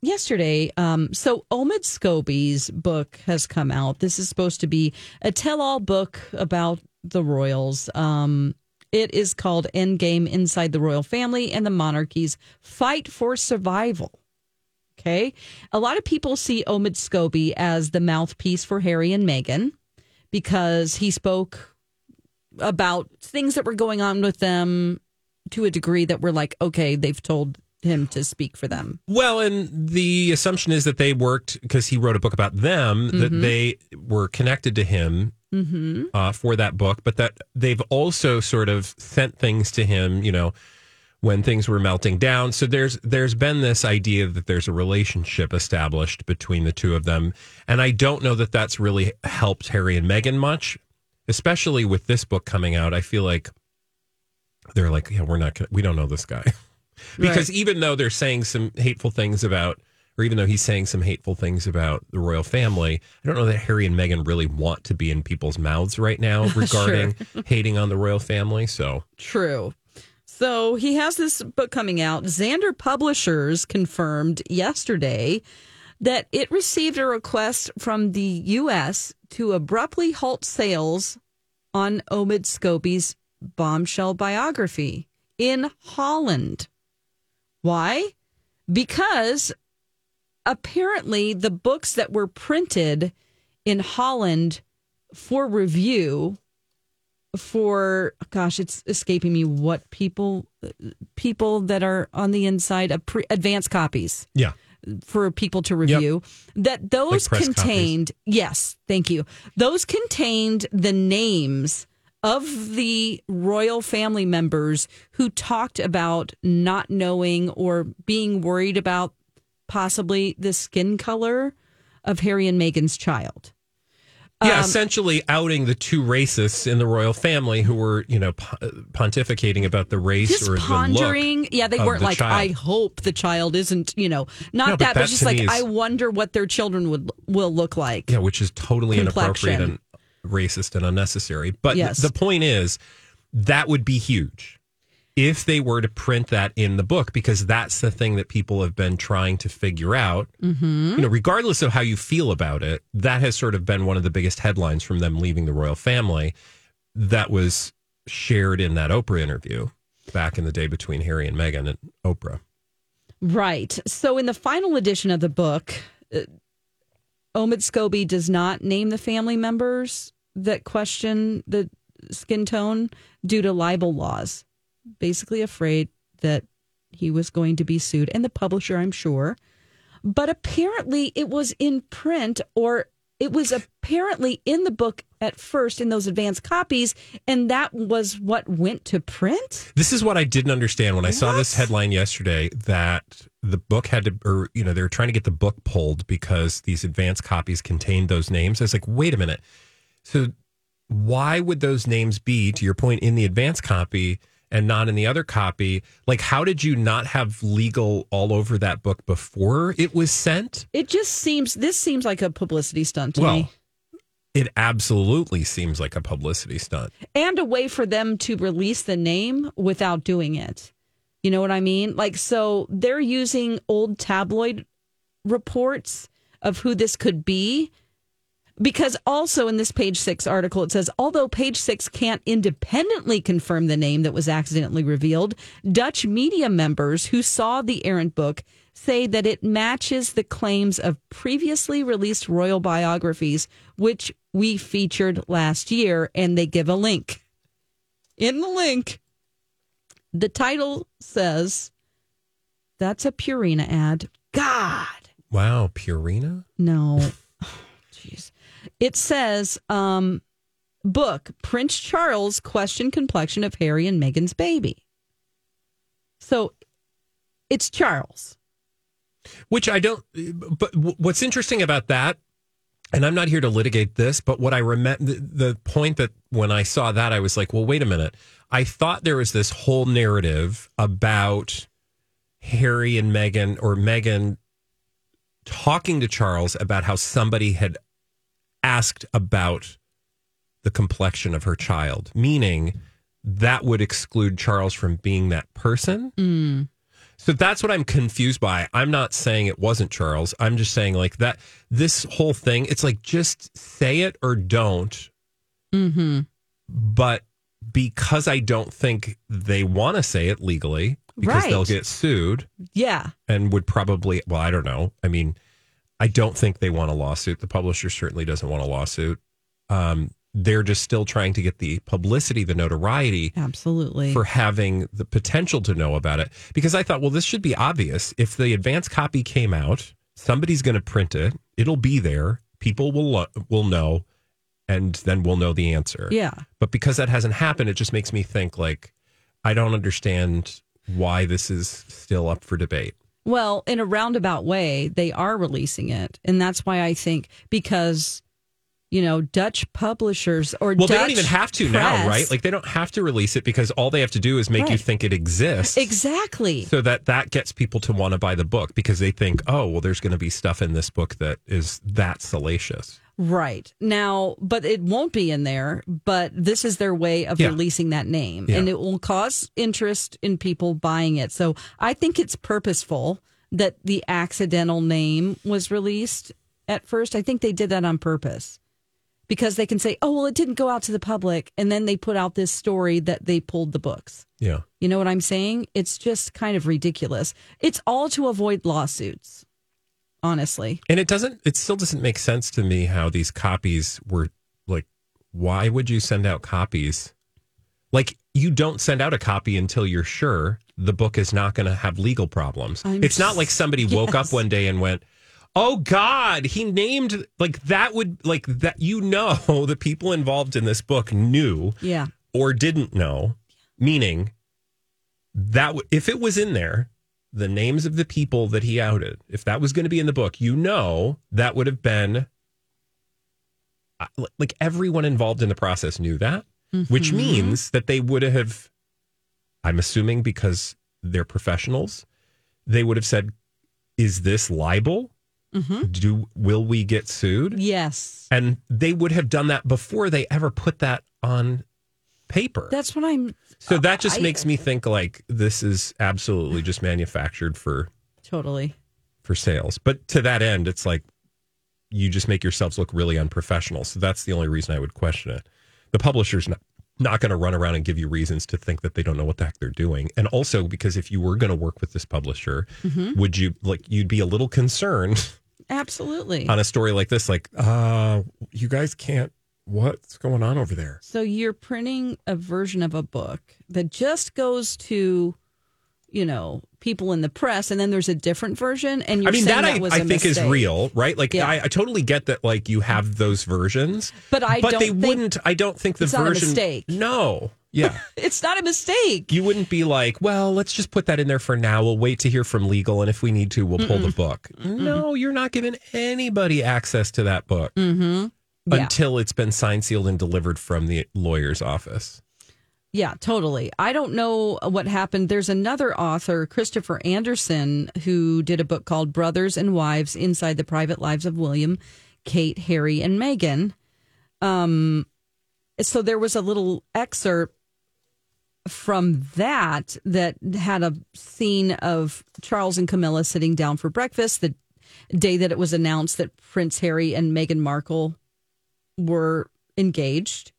Speaker 1: Yesterday, um, so Omid Scobie's book has come out. This is supposed to be a tell-all book about the royals. Um, it is called Endgame Inside the Royal Family and the Monarchy's Fight for Survival. Okay. A lot of people see Omid Scobie as the mouthpiece for Harry and Meghan because he spoke about things that were going on with them to a degree that we're like, okay, they've told him to speak for them.
Speaker 2: Well, and the assumption is that they worked because he wrote a book about them, that
Speaker 1: Mm-hmm.
Speaker 2: they were connected to him uh, for that book, but that they've also sort of sent things to him, you know, when things were melting down. So there's there's been this idea that there's a relationship established between the two of them, and I don't know that that's really helped Harry and Meghan much, especially with this book coming out. I feel like they're like, yeah, we're not, gonna, we don't know this guy. because even though they're saying some hateful things about, or even though he's saying some hateful things about the royal family, I don't know that Harry and Meghan really want to be in people's mouths right now regarding hating on the royal family. So
Speaker 1: True. So he has this book coming out. Xander Publishers confirmed yesterday that it received a request from the U.S. to abruptly halt sales on Omid Scobie's bombshell biography in Holland. Why? Because apparently the books that were printed in Holland for review for gosh it's escaping me what people people that are on the inside of pre, advanced copies
Speaker 2: yeah,
Speaker 1: for people to review that those
Speaker 2: press
Speaker 1: contained yes thank you those contained the names of the royal family members who talked about not knowing or being worried about possibly the skin color of Harry and Meghan's child
Speaker 2: yeah,
Speaker 1: Um,
Speaker 2: essentially outing the two racists in the royal family who were, you know, po- pontificating about the race
Speaker 1: just
Speaker 2: or
Speaker 1: pondering.
Speaker 2: the look.
Speaker 1: yeah, they
Speaker 2: of
Speaker 1: weren't
Speaker 2: the
Speaker 1: like,
Speaker 2: child.
Speaker 1: I hope the child isn't, you know, not
Speaker 2: No, but
Speaker 1: that, but,
Speaker 2: that
Speaker 1: just
Speaker 2: to
Speaker 1: like,
Speaker 2: me is-
Speaker 1: I wonder what their children would will look like.
Speaker 2: Yeah, which is totally inappropriate and
Speaker 1: Complexion.
Speaker 2: racist and unnecessary. But th-
Speaker 1: Yes.
Speaker 2: the point is, that would be huge if they were to print that in the book, because that's the thing that people have been trying to figure out.
Speaker 1: Mm-hmm.
Speaker 2: You know, regardless of how you feel about it, that has sort of been one of the biggest headlines from them leaving the royal family that was shared in that Oprah interview back in the day between Harry and Meghan and Oprah.
Speaker 1: Right. So in the final edition of the book, uh, Omid Scobie does not name the family members that question the skin tone due to libel laws. Basically, afraid that he was going to be sued, and the publisher, I'm sure. But apparently, it was in print, or it was apparently in the book at first in those advanced copies, and that was what went to print.
Speaker 2: This is what I didn't understand when I saw this headline yesterday that the book had to, or, you know, they were trying to get the book pulled because these advanced copies contained those names. I was like, wait a minute. So, why would those names be, to your point, in the advanced copy and not in the other copy? Like, how did you not have legal all over that book before it was sent?
Speaker 1: It just seems this seems like a publicity stunt to me.
Speaker 2: Well, it absolutely seems like a publicity stunt.
Speaker 1: and a way for them to release the name without doing it. You know what I mean? Like, so they're using old tabloid reports of who this could be. Because also in this page six article, it says although page six can't independently confirm the name that was accidentally revealed, Dutch media members who saw the errant book say that it matches the claims of previously released royal biographies, which we featured last year, and they give a link. In the link, the title says, That's a Purina ad. God.
Speaker 2: Wow, Purina?
Speaker 1: No. Oh, Jeez. it says, um, book Prince Charles question complexion of Harry and Meghan's baby. So it's Charles.
Speaker 2: Which I don't, but what's interesting about that and I'm not here to litigate this, but what I remember the, the point that when I saw that, I was like, well, wait a minute. I thought there was this whole narrative about Harry and Meghan or Meghan talking to Charles about how somebody had asked about the complexion of her child, meaning that would exclude Charles from being that person. So that's what I'm confused by. I'm not saying it wasn't Charles. I'm just saying like that this whole thing, it's like just say it or don't. Mm-hmm. But because I don't think they want to say it legally, because
Speaker 1: Right.
Speaker 2: they'll get sued
Speaker 1: Yeah.
Speaker 2: and would probably well, I don't know. I mean, I don't think they want a lawsuit. The publisher certainly doesn't want a lawsuit. Um, they're just still trying to get the publicity, the notoriety
Speaker 1: Absolutely.
Speaker 2: for having the potential to know about it because I thought, well, this should be obvious. If the advance copy came out, somebody's going to print it. It'll be there. People will lo- will know, and then we'll know the answer.
Speaker 1: yeah.
Speaker 2: But because that hasn't happened, it just makes me think like I don't understand why this is still up for debate.
Speaker 1: Well, in a roundabout way, they are releasing it. And that's why I think because, you know, Dutch publishers or
Speaker 2: Well,
Speaker 1: Dutch
Speaker 2: they don't even have to now,
Speaker 1: press-
Speaker 2: right? Like they don't have to release it because all they have to do is make you
Speaker 1: Right.
Speaker 2: think it exists.
Speaker 1: Exactly.
Speaker 2: so that that gets people to want to buy the book because they think oh well there's going to be stuff in this book that is that salacious
Speaker 1: Right. Now, but it won't be in there, but this is their way of
Speaker 2: Yeah.
Speaker 1: releasing that name
Speaker 2: Yeah.
Speaker 1: and it will cause interest in people buying it. So I think it's purposeful that the accidental name was released at first. I think they did that on purpose because they can say, oh, well, it didn't go out to the public. And then they put out this story that they pulled the books.
Speaker 2: yeah
Speaker 1: You know what I'm saying? It's just kind of ridiculous. It's all to avoid lawsuits, honestly.
Speaker 2: and it doesn't it still doesn't make sense to me how these copies were like why would you send out copies like you don't send out a copy until you're sure the book is not going to have legal problems
Speaker 1: I'm
Speaker 2: it's not like somebody woke up
Speaker 1: yes.
Speaker 2: one day and went oh god he named like that would like that you know the people involved in this book knew
Speaker 1: Yeah.
Speaker 2: or didn't know, meaning that w- if it was in there, the names of the people that he outed, if that was going to be in the book, you know, that would have been I- li- like everyone involved in the process knew that, which
Speaker 1: Mm-hmm.
Speaker 2: means that they would have, I'm assuming because they're professionals, they would have said, is this libel?
Speaker 1: Mm-hmm.
Speaker 2: Do will we get sued?
Speaker 1: Yes.
Speaker 2: And they would have done that before they ever put that on paper.
Speaker 1: That's what I'm
Speaker 2: so that just
Speaker 1: I-
Speaker 2: makes me think like this is absolutely just manufactured for
Speaker 1: Totally.
Speaker 2: for sales. But to that end, it's like you just make yourselves look really unprofessional. So that's the only reason I would question it. The publisher's not not going to run around and give you reasons to think that they don't know what the heck they're doing. And also because if you were going to work with this publisher, would you like you'd be a little concerned
Speaker 1: Absolutely.
Speaker 2: on a story like this like uh you guys can't what's going on over there
Speaker 1: So you're printing a version of a book that just goes to, you know, people in the press, and then there's a different version. And you're
Speaker 2: i mean
Speaker 1: saying
Speaker 2: that,
Speaker 1: that
Speaker 2: i,
Speaker 1: was
Speaker 2: I
Speaker 1: a
Speaker 2: think is
Speaker 1: mistake.
Speaker 2: real right like
Speaker 1: Yeah.
Speaker 2: I, I totally get that like you have those versions
Speaker 1: But I
Speaker 2: but
Speaker 1: don't
Speaker 2: they
Speaker 1: think-
Speaker 2: wouldn't i don't think the
Speaker 1: It's not a
Speaker 2: version
Speaker 1: mistake.
Speaker 2: no yeah
Speaker 1: It's not a mistake.
Speaker 2: you wouldn't be like well let's just put that in there for now we'll wait to hear from legal and if we need to we'll pull the book no you're not giving anybody access to that book
Speaker 1: Mm-hmm. Yeah.
Speaker 2: until it's been signed sealed and delivered from the lawyer's office
Speaker 1: Yeah, totally. I don't know what happened. There's another author, Christopher Anderson, who did a book called Brothers and Wives Inside the Private Lives of William, Kate, Harry, and Meghan. Um, so there was a little excerpt from that that had a scene of Charles and Camilla sitting down for breakfast the day that it was announced that Prince Harry and Meghan Markle were engaged.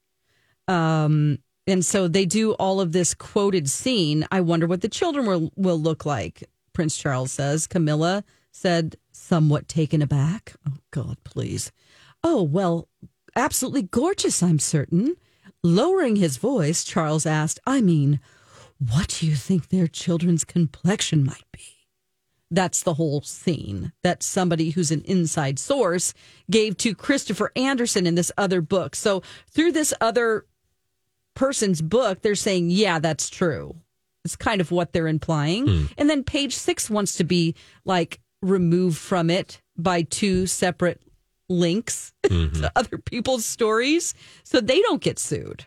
Speaker 1: Um, And so they do all of this quoted scene. I wonder what the children will, will look like, Prince Charles says. Camilla said, somewhat taken aback. Oh, God, please. Oh, well, absolutely gorgeous, I'm certain. Lowering his voice, Charles asked, I mean, what do you think their children's complexion might be? That's the whole scene that somebody who's an inside source gave to Christopher Anderson in this other book. So through this other person's book, they're saying, yeah, that's true. It's kind of what they're implying.
Speaker 2: Hmm.
Speaker 1: And then page six wants to be like removed from it by two separate links
Speaker 2: Mm-hmm.
Speaker 1: to other people's stories so they don't get sued.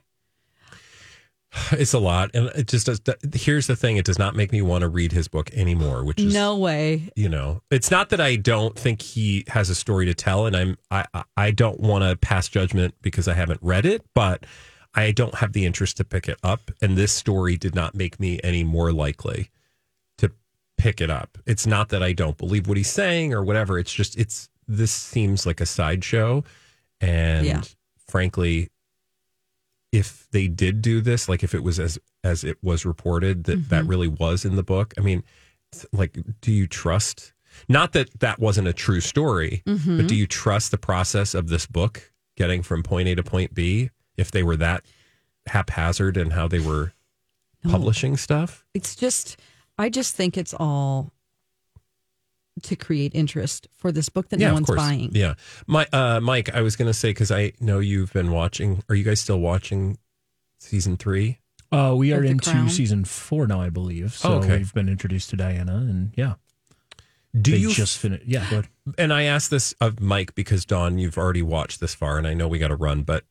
Speaker 2: It's a lot, and it just does. th- Here's the thing: it does not make me want to read his book anymore. Which is
Speaker 1: No way.
Speaker 2: you know, it's not that I don't think he has a story to tell, and I'm I I- I don't want to pass judgment because I haven't read it, but I don't have the interest to pick it up, and this story did not make me any more likely to pick it up. It's not that I don't believe what he's saying or whatever. It's just it's this seems like a sideshow, and
Speaker 1: Yeah.
Speaker 2: frankly, if they did do this, like if it was as as it was reported that that really was in the book, I mean, it's like, do you trust? Not that that wasn't a true story, but do
Speaker 1: Mm-hmm.
Speaker 2: you trust the process of this book getting from point A to point B if they were that haphazard and how they were publishing stuff?
Speaker 1: It's just, I just think it's all to create interest for this book that no
Speaker 2: of
Speaker 1: one's
Speaker 2: course.
Speaker 1: buying.
Speaker 2: Yeah, my uh, Mike, I was gonna say because I know you've been watching. Are you guys still watching season three?
Speaker 3: Uh, we
Speaker 6: Of
Speaker 3: are
Speaker 6: The
Speaker 3: into
Speaker 6: Crown?
Speaker 3: season four now, I believe. So
Speaker 2: Oh, okay.
Speaker 3: we've been introduced to Diana, and yeah,
Speaker 2: Do
Speaker 3: they
Speaker 2: you
Speaker 3: just finished? Yeah, go ahead.
Speaker 2: and I asked this of Mike because Don, you've already watched this far, and I know we got to run, but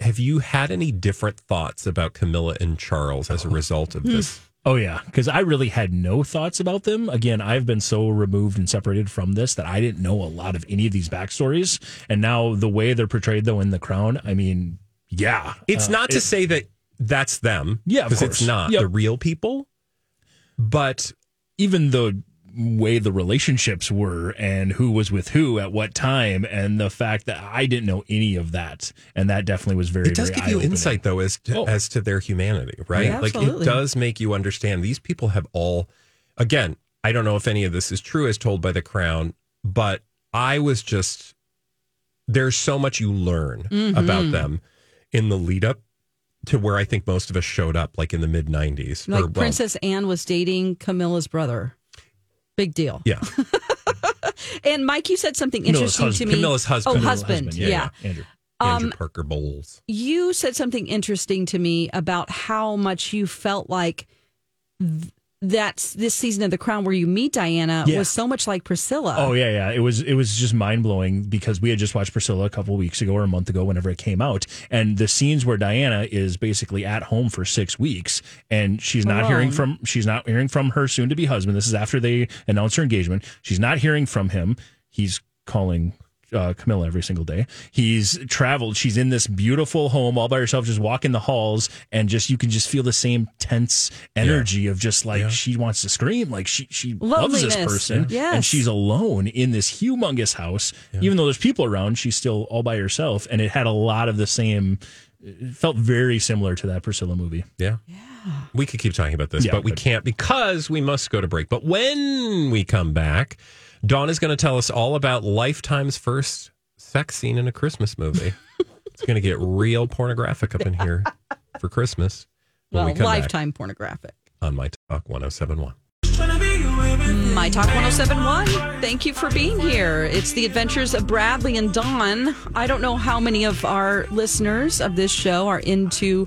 Speaker 2: have you had any different thoughts about Camilla and Charles as a result
Speaker 1: Hmm.
Speaker 2: of this?
Speaker 3: Oh yeah, because I really had no thoughts about them. Again, I've been so removed and separated from this that I didn't know a lot of any of these backstories. And now the way they're portrayed, though, in The Crown, I mean, yeah,
Speaker 2: It's not to say that that's them,
Speaker 3: Uh, Yeah, of
Speaker 2: because it's
Speaker 3: course.
Speaker 2: not
Speaker 3: Yep.
Speaker 2: the real people, but
Speaker 3: even the way the relationships were and who was with who at what time, and the fact that I didn't know any of that, and that definitely was very.
Speaker 2: it does
Speaker 3: very
Speaker 2: give you
Speaker 3: eye-opening.
Speaker 2: insight though as to,
Speaker 3: Oh.
Speaker 2: as to their humanity, right?
Speaker 1: Yeah,
Speaker 2: like it
Speaker 1: absolutely.
Speaker 2: does make you understand these people have all. Again, I don't know if any of this is true as told by the Crown, but I was just there's so much you learn
Speaker 1: Mm-hmm.
Speaker 2: about them in the lead up to where I think most of us showed up, like in the mid '90s.
Speaker 1: Like
Speaker 2: well,
Speaker 1: Princess Anne was dating Camilla's brother. Big deal.
Speaker 2: yeah,
Speaker 1: And Mike, you said something
Speaker 3: Camilla's
Speaker 1: interesting to
Speaker 3: husband.
Speaker 1: me.
Speaker 2: Camilla's husband.
Speaker 1: Oh, um, husband. yeah.
Speaker 3: Andrew.
Speaker 2: Andrew Parker Bowles.
Speaker 1: You said something interesting to me about how much you felt like th- that's this season of The Crown where you meet Diana
Speaker 3: Yeah.
Speaker 1: was so much like Priscilla.
Speaker 3: Oh yeah, yeah. It was it was just mind blowing because we had just watched Priscilla a couple weeks ago or a month ago, whenever it came out, and the scenes where Diana is basically at home for six weeks and she's not hearing
Speaker 1: Alone.
Speaker 3: from she's not hearing from her soon to be husband. This is after they announce her engagement. She's not hearing from him. He's calling. Uh, Camilla every single day. He's traveled. She's in this beautiful home all by herself, just walking the halls, and just you can just feel the same tense energy of just like she wants to scream, like she she loves this
Speaker 1: Loneliness.
Speaker 3: person,
Speaker 1: Yeah.
Speaker 3: and
Speaker 1: Yes.
Speaker 3: she's alone in this humongous house. Even though there's people around, she's still all by herself. And it had a lot of the same, it felt very similar to that Priscilla movie.
Speaker 2: Yeah. We could keep talking about this,
Speaker 3: Yeah,
Speaker 2: but we
Speaker 3: but-
Speaker 2: can't because we must go to break. But when we come back, Dawn is going to tell us all about Lifetime's first sex scene in a Christmas movie. it's going to get real pornographic up in here for Christmas when
Speaker 1: well,
Speaker 2: we come back
Speaker 1: lifetime pornographic.
Speaker 2: on My Talk 1071.
Speaker 1: My Talk 1071. Thank you for being here. It's the adventures of Bradley and Dawn. I don't know how many of our listeners of this show are into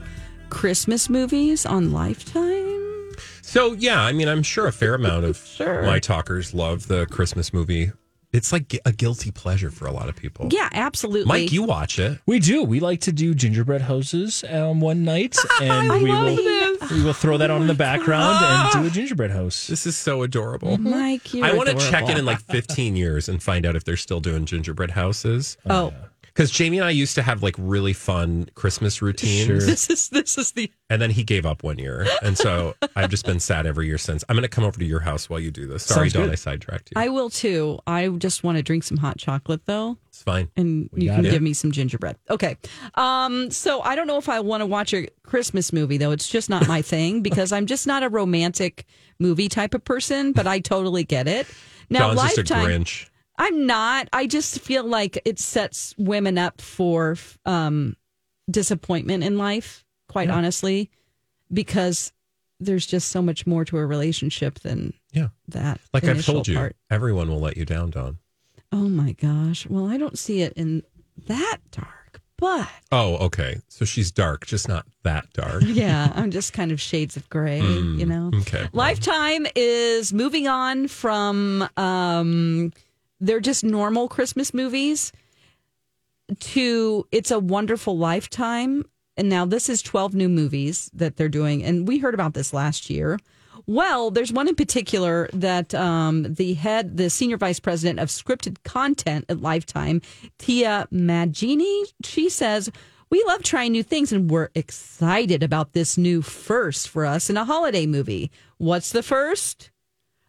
Speaker 1: Christmas movies on Lifetime.
Speaker 2: So, yeah, I mean, I'm sure a fair amount of My Talkers love the Christmas movie. It's like a guilty pleasure for a lot of people.
Speaker 1: Yeah, absolutely.
Speaker 2: Mike, you watch it.
Speaker 3: We do. We like to do gingerbread houses um, one night, and we will we will throw that on in the background and do a gingerbread house.
Speaker 2: This is so adorable.
Speaker 1: Mike, you
Speaker 2: I want to check in in like 15 years and find out if they're still doing gingerbread houses.
Speaker 1: Oh,
Speaker 2: Because Jamie and I used to have like really fun Christmas routines,
Speaker 1: this is this is the
Speaker 2: and then he gave up one year, and so I've just been sad every year since. I'm going to come over to your house while you do this. Sorry,
Speaker 3: Sounds
Speaker 2: Don,
Speaker 3: good.
Speaker 2: I sidetracked you.
Speaker 1: I will too. I just want to drink some hot chocolate though,
Speaker 2: it's fine.
Speaker 1: and you
Speaker 3: got
Speaker 1: can
Speaker 3: it.
Speaker 1: give me some gingerbread. Okay. Um. So I don't know if I want to watch a Christmas movie though. It's just not my thing because I'm just not a romantic movie type of person. But I totally get it. Now,
Speaker 2: Don's just a
Speaker 1: lifetime.
Speaker 2: Grinch.
Speaker 1: I'm not. I just feel like it sets women up for um, disappointment in life, quite honestly, because there's just so much more to a relationship than
Speaker 2: Yeah,
Speaker 1: that.
Speaker 2: like I've
Speaker 1: initial
Speaker 2: told you,
Speaker 1: part.
Speaker 2: everyone will let you down, Don.
Speaker 1: Oh my gosh. Well, I don't see it in that dark, but
Speaker 2: Oh, okay. So she's dark, just not that dark.
Speaker 1: yeah, I'm just kind of shades of gray,
Speaker 2: Hmm.
Speaker 1: you know?
Speaker 2: Okay.
Speaker 1: Lifetime is moving on from um they're just normal Christmas movies to It's a Wonderful Lifetime. And now this is 12 new movies that they're doing. And we heard about this last year. Well, there's one in particular that um, the head, the senior vice president of scripted content at Lifetime, Tia Magini, she says, We love trying new things and we're excited about this new first for us in a holiday movie. What's the first?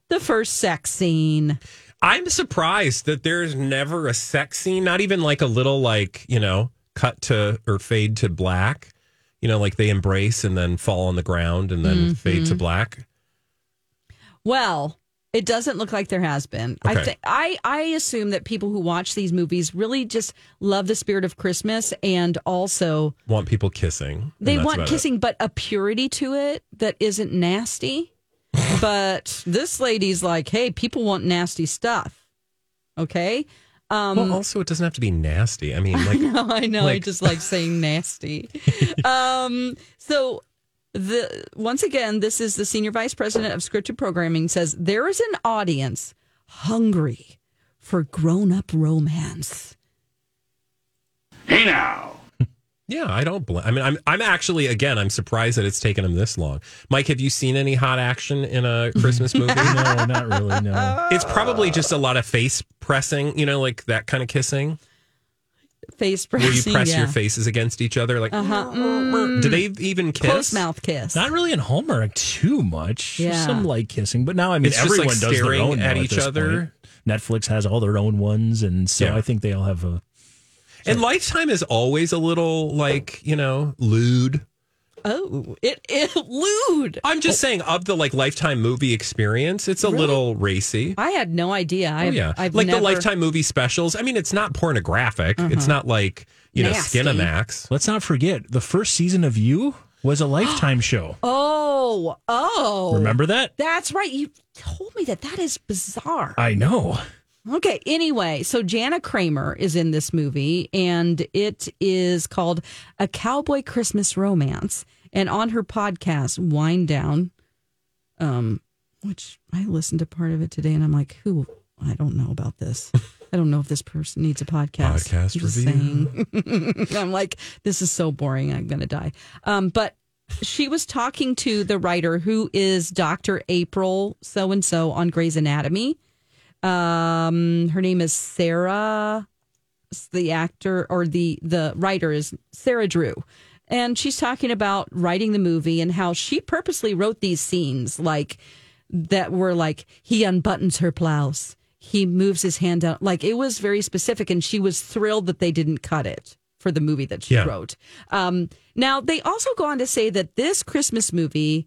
Speaker 1: The first sex scene.
Speaker 2: I'm surprised that there's never a sex scene, not even like a little like, you know, cut to or fade to black. You know, like they embrace and then fall on the ground and then
Speaker 1: Mm-hmm.
Speaker 2: fade to black.
Speaker 1: Well, it doesn't look like there has been. I,
Speaker 2: Okay.
Speaker 1: th- I I assume that people who watch these movies really just love the spirit of Christmas and also
Speaker 2: Want people kissing. and
Speaker 1: they
Speaker 2: that's
Speaker 1: want
Speaker 2: about it.
Speaker 1: kissing, but a purity to it that isn't nasty. but this lady's like, hey, people want nasty stuff. Okay. Um,
Speaker 2: Well, also, it doesn't have to be nasty. I mean, like,
Speaker 1: I know. I
Speaker 2: Like-
Speaker 1: just like saying nasty. um, so the once again, this is the senior vice president of scripted programming says there is an audience hungry for grown-up romance.
Speaker 2: yeah, I don't blame. I mean, I'm, I'm actually, again, I'm surprised that it's taken them this long. Mike, have you seen any hot action in a Christmas movie?
Speaker 3: No, not really. No.
Speaker 2: It's probably just a lot of face pressing, you know, like that kind of kissing
Speaker 1: Face
Speaker 2: where you
Speaker 1: pressing,
Speaker 2: press
Speaker 1: yeah.
Speaker 2: your faces against each other. Like,
Speaker 1: Uh-huh.
Speaker 2: do they even kiss?
Speaker 1: close mouth kiss.
Speaker 3: Not really in Homer too much. Just
Speaker 1: Yeah.
Speaker 3: Some light kissing, but now I mean
Speaker 2: It's just
Speaker 3: everyone
Speaker 2: like
Speaker 3: does their
Speaker 2: staring
Speaker 3: own now
Speaker 2: at
Speaker 3: at
Speaker 2: each
Speaker 3: this
Speaker 2: other.
Speaker 3: point. Netflix has all their own ones, and so
Speaker 2: Yeah.
Speaker 3: I think they all have a.
Speaker 2: And Lifetime is always a little like, you know, lewd.
Speaker 1: Oh, it, it lewd.
Speaker 2: I'm just saying, of the like Lifetime movie experience, it's a little racy.
Speaker 1: I had no idea.
Speaker 2: Oh,
Speaker 1: I've,
Speaker 2: yeah.
Speaker 1: I've
Speaker 2: like
Speaker 1: never, Uh-huh.
Speaker 2: the Lifetime movie specials. I mean, it's not pornographic. It's not like, you
Speaker 1: Nasty.
Speaker 2: know, Skinamax.
Speaker 3: Let's not forget the first season of You was a Lifetime show.
Speaker 1: Oh, oh.
Speaker 3: Remember that?
Speaker 1: That's right. You told me that. That is bizarre.
Speaker 3: I know.
Speaker 1: Okay. Anyway, so Jana Kramer is in this movie, and it is called A Cowboy Christmas Romance. And on her podcast, Wind Down, um, which I listened to part of it today, and I'm like, who? I don't know about this. I don't know if this person needs a podcast.
Speaker 2: Podcast
Speaker 1: I'm just
Speaker 2: review.
Speaker 1: saying. I'm like, this is so boring. I'm going to die. Um, but she was talking to the writer who is Dr. April so and so on Grey's Anatomy. Um, her name is Sarah. The actor or the the writer is Sarah Drew, and she's talking about writing the movie and how she purposely wrote these scenes like that were like he unbuttons her blouse, he moves his hand out, like it was very specific, and she was thrilled that they didn't cut it for the movie that she
Speaker 2: Yeah.
Speaker 1: wrote. Um, now they also go on to say that this Christmas movie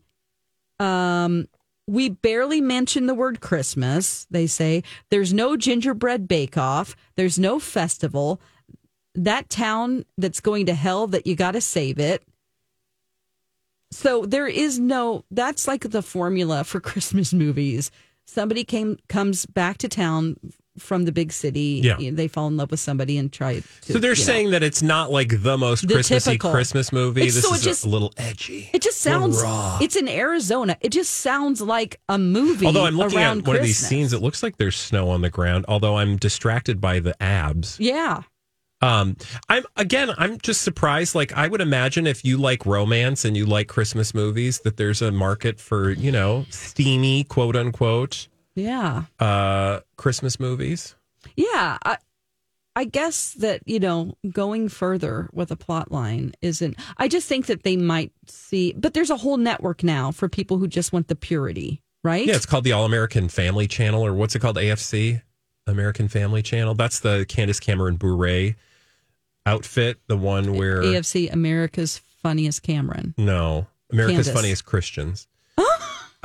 Speaker 1: um, we barely mention the word Christmas, they say. There's no gingerbread bake off, there's no festival. That town that's going to hell that you got to save it. So there is no that's like the formula for Christmas movies. Somebody came comes back to town from the big city.
Speaker 2: Yeah.
Speaker 1: They fall in love with somebody and try to
Speaker 2: So they're
Speaker 1: you know.
Speaker 2: saying that it's not like the most
Speaker 1: The
Speaker 2: Christmassy
Speaker 1: typical.
Speaker 2: Christmas movie.
Speaker 1: It's-
Speaker 2: this
Speaker 1: so
Speaker 2: is
Speaker 1: it just-
Speaker 2: a little edgy.
Speaker 1: it just sounds it's in Arizona. It just sounds like a movie.
Speaker 2: Although I'm looking at
Speaker 1: around
Speaker 2: one
Speaker 1: Christmas.
Speaker 2: of these scenes, it looks like there's snow on the ground. Although I'm distracted by the abs.
Speaker 1: Yeah.
Speaker 2: Um, I'm again, I'm just surprised. Like, I would imagine if you like romance and you like Christmas movies, that there's a market for you know steamy quote unquote
Speaker 1: Yeah.
Speaker 2: uh Christmas movies.
Speaker 1: Yeah. I, I guess that, you know, going further with a plot line isn't. I just think that they might see, but there's a whole network now for people who just want the purity, right?
Speaker 2: Yeah, it's called the All American Family Channel, or what's it called? AFC American Family Channel. That's the Candace Cameron Bure outfit, the one where
Speaker 1: AFC America's Funniest Cameron.
Speaker 2: no America's
Speaker 1: Candace.
Speaker 2: Funniest Christians.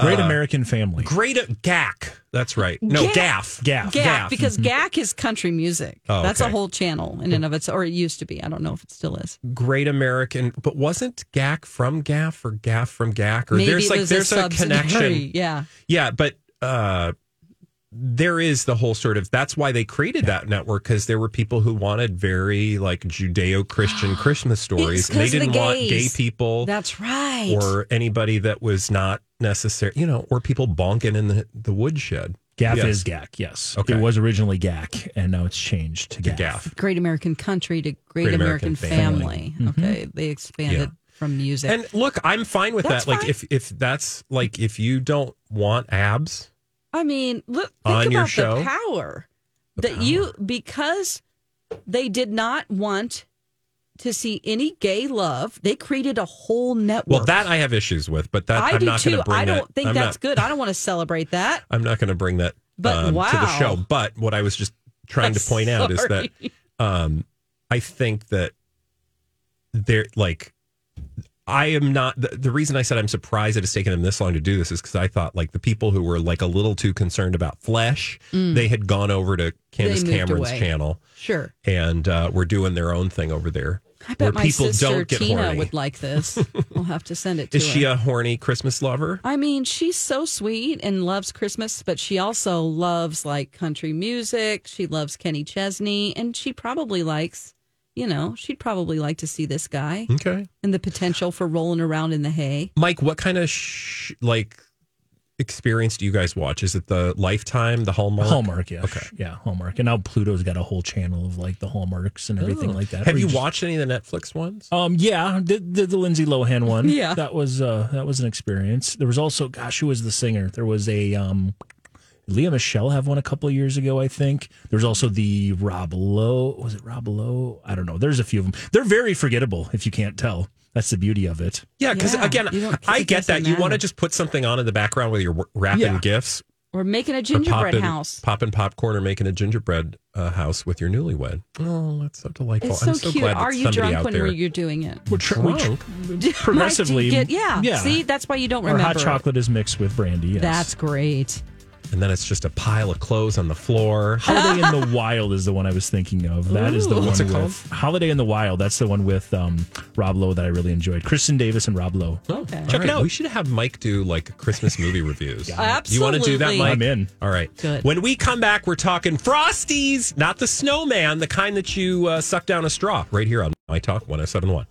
Speaker 3: Great
Speaker 2: Uh,
Speaker 3: American Family.
Speaker 2: Great GAC. That's right. No,
Speaker 1: Gack.
Speaker 2: Gaff.
Speaker 3: Gaff.
Speaker 1: Gack, because Gack is country music.
Speaker 2: Mm-hmm. Oh,
Speaker 1: That's a
Speaker 2: okay.
Speaker 1: whole channel in and of its, or it used to be. I don't know if it still is.
Speaker 2: Great American, but wasn't GAC from GAF or GAF from GAC? Or
Speaker 1: Maybe
Speaker 2: there's
Speaker 1: it
Speaker 2: like
Speaker 1: was
Speaker 2: there's a,
Speaker 1: subsidiary.
Speaker 2: connection.
Speaker 1: Yeah.
Speaker 2: Yeah, but uh there is the whole sort of that's why they created that network because there were people who wanted very like Judeo-Christian Christmas stories. And
Speaker 1: 'cause
Speaker 2: they
Speaker 1: of the
Speaker 2: didn't want gay
Speaker 1: gays.
Speaker 2: people
Speaker 1: That's right.
Speaker 2: or anybody that was not necessary, you know, or people bonking in the, the woodshed.
Speaker 3: Gaff
Speaker 2: Yes.
Speaker 3: is GAC, yes.
Speaker 2: Okay.
Speaker 3: It was originally GAC, and now it's changed to GAF.
Speaker 2: Gaff.
Speaker 1: Great American Country to Great,
Speaker 2: Great
Speaker 1: American,
Speaker 2: American Mm-hmm.
Speaker 1: Family. Okay, they expanded from music.
Speaker 2: And look, I'm fine with
Speaker 1: That's
Speaker 2: that. Like
Speaker 1: fine.
Speaker 2: if if that's like if you don't want abs,
Speaker 1: I mean, look think
Speaker 2: On
Speaker 1: about
Speaker 2: your
Speaker 1: the
Speaker 2: show?
Speaker 1: power that you because they did not want to see any gay love. They created a whole network.
Speaker 2: well, that I have issues with. But that
Speaker 1: I
Speaker 2: I'm
Speaker 1: do
Speaker 2: not
Speaker 1: too.
Speaker 2: going to bring
Speaker 1: I don't
Speaker 2: that-
Speaker 1: think
Speaker 2: I'm
Speaker 1: that's
Speaker 2: not,
Speaker 1: good. I don't want to celebrate that.
Speaker 2: I'm not going to bring that
Speaker 1: But
Speaker 2: um, to the
Speaker 1: wow.
Speaker 2: show. But what I was just trying to point out is that
Speaker 1: Sorry.
Speaker 2: um, I think that there, like, I am not the, the reason I said I'm surprised it has taken them this long to do this is because I thought like the people who were like a little too concerned about flesh, they had gone over to Candace
Speaker 1: Mm. moved
Speaker 2: Cameron's
Speaker 1: away.
Speaker 2: channel
Speaker 1: sure.
Speaker 2: and uh, were doing their own thing over there.
Speaker 1: I bet
Speaker 2: where
Speaker 1: my
Speaker 2: people
Speaker 1: sister
Speaker 2: don't get
Speaker 1: Tina
Speaker 2: horny.
Speaker 1: would like this. we'll have to send it to
Speaker 2: Is
Speaker 1: her.
Speaker 2: she a horny Christmas lover?
Speaker 1: I mean, she's so sweet and loves Christmas, but she also loves like country music. She loves Kenny Chesney, and she probably likes, you know, she'd probably like to see this guy
Speaker 2: Okay,
Speaker 1: and the potential for rolling around in the hay.
Speaker 2: Mike, what kind of sh- like experience do you guys watch? Is it the Lifetime, the Hallmark?
Speaker 3: Hallmark, yeah. Okay. Yeah, Hallmark. And now Pluto's got a whole channel of like the Hallmarks and everything like that.
Speaker 2: Oh. Have
Speaker 3: Or
Speaker 2: you
Speaker 3: just-
Speaker 2: watched any of the Netflix
Speaker 1: Oh,
Speaker 2: ones?
Speaker 3: Um, yeah, the, the the Lindsay Lohan one.
Speaker 1: Yeah.
Speaker 3: that was uh that was an experience. There was also, gosh, who was the singer? There was a um, Leah Michelle have one a couple of years ago, I think. There's also the Rob Lowe. Was it Rob Lowe? I don't know. There's a few of them. They're very forgettable if you can't tell. That's the beauty of it.
Speaker 2: Yeah, because
Speaker 1: Yeah,
Speaker 2: again,
Speaker 1: you don't-
Speaker 2: I
Speaker 1: it
Speaker 2: get
Speaker 1: doesn't
Speaker 2: that. You want
Speaker 1: matter.
Speaker 2: to just put something on in the background while you're w- wrapping
Speaker 3: Yeah.
Speaker 2: gifts,
Speaker 1: Or making a
Speaker 2: or
Speaker 1: gingerbread
Speaker 2: popping-
Speaker 1: house.
Speaker 2: popping popcorn, or making a gingerbread uh, house with your newlywed. Oh, that's so delightful!
Speaker 1: It's so,
Speaker 2: I'm so
Speaker 1: cute.
Speaker 2: glad that
Speaker 1: Are you
Speaker 2: somebody
Speaker 1: drunk
Speaker 2: out
Speaker 1: when
Speaker 2: there.
Speaker 1: you're doing it?
Speaker 3: We're tr- we tr-
Speaker 2: Drunk?
Speaker 3: progressively.
Speaker 1: Mike, do you get- yeah. See, that's why you don't
Speaker 3: Our
Speaker 1: remember.
Speaker 3: hot
Speaker 1: it.
Speaker 3: chocolate is mixed with brandy. Yes.
Speaker 1: That's great.
Speaker 2: and then it's just a pile of clothes on the floor.
Speaker 3: Holiday in the Wild is the one I was thinking of. That is the
Speaker 2: Ooh.
Speaker 3: one
Speaker 2: What's it
Speaker 3: with
Speaker 2: called?
Speaker 3: Holiday in the Wild. That's the one with um, Rob Lowe that I really enjoyed. Kristen Davis and Rob Lowe.
Speaker 1: Okay.
Speaker 2: Check it out. We should have Mike do like Christmas movie reviews.
Speaker 1: Absolutely.
Speaker 2: You want to do that, Mike?
Speaker 3: I'm in.
Speaker 2: All right.
Speaker 1: Good.
Speaker 2: When we come back, we're talking Frosties, not the snowman, the kind that you uh, suck down a straw, right here on My Talk 1071.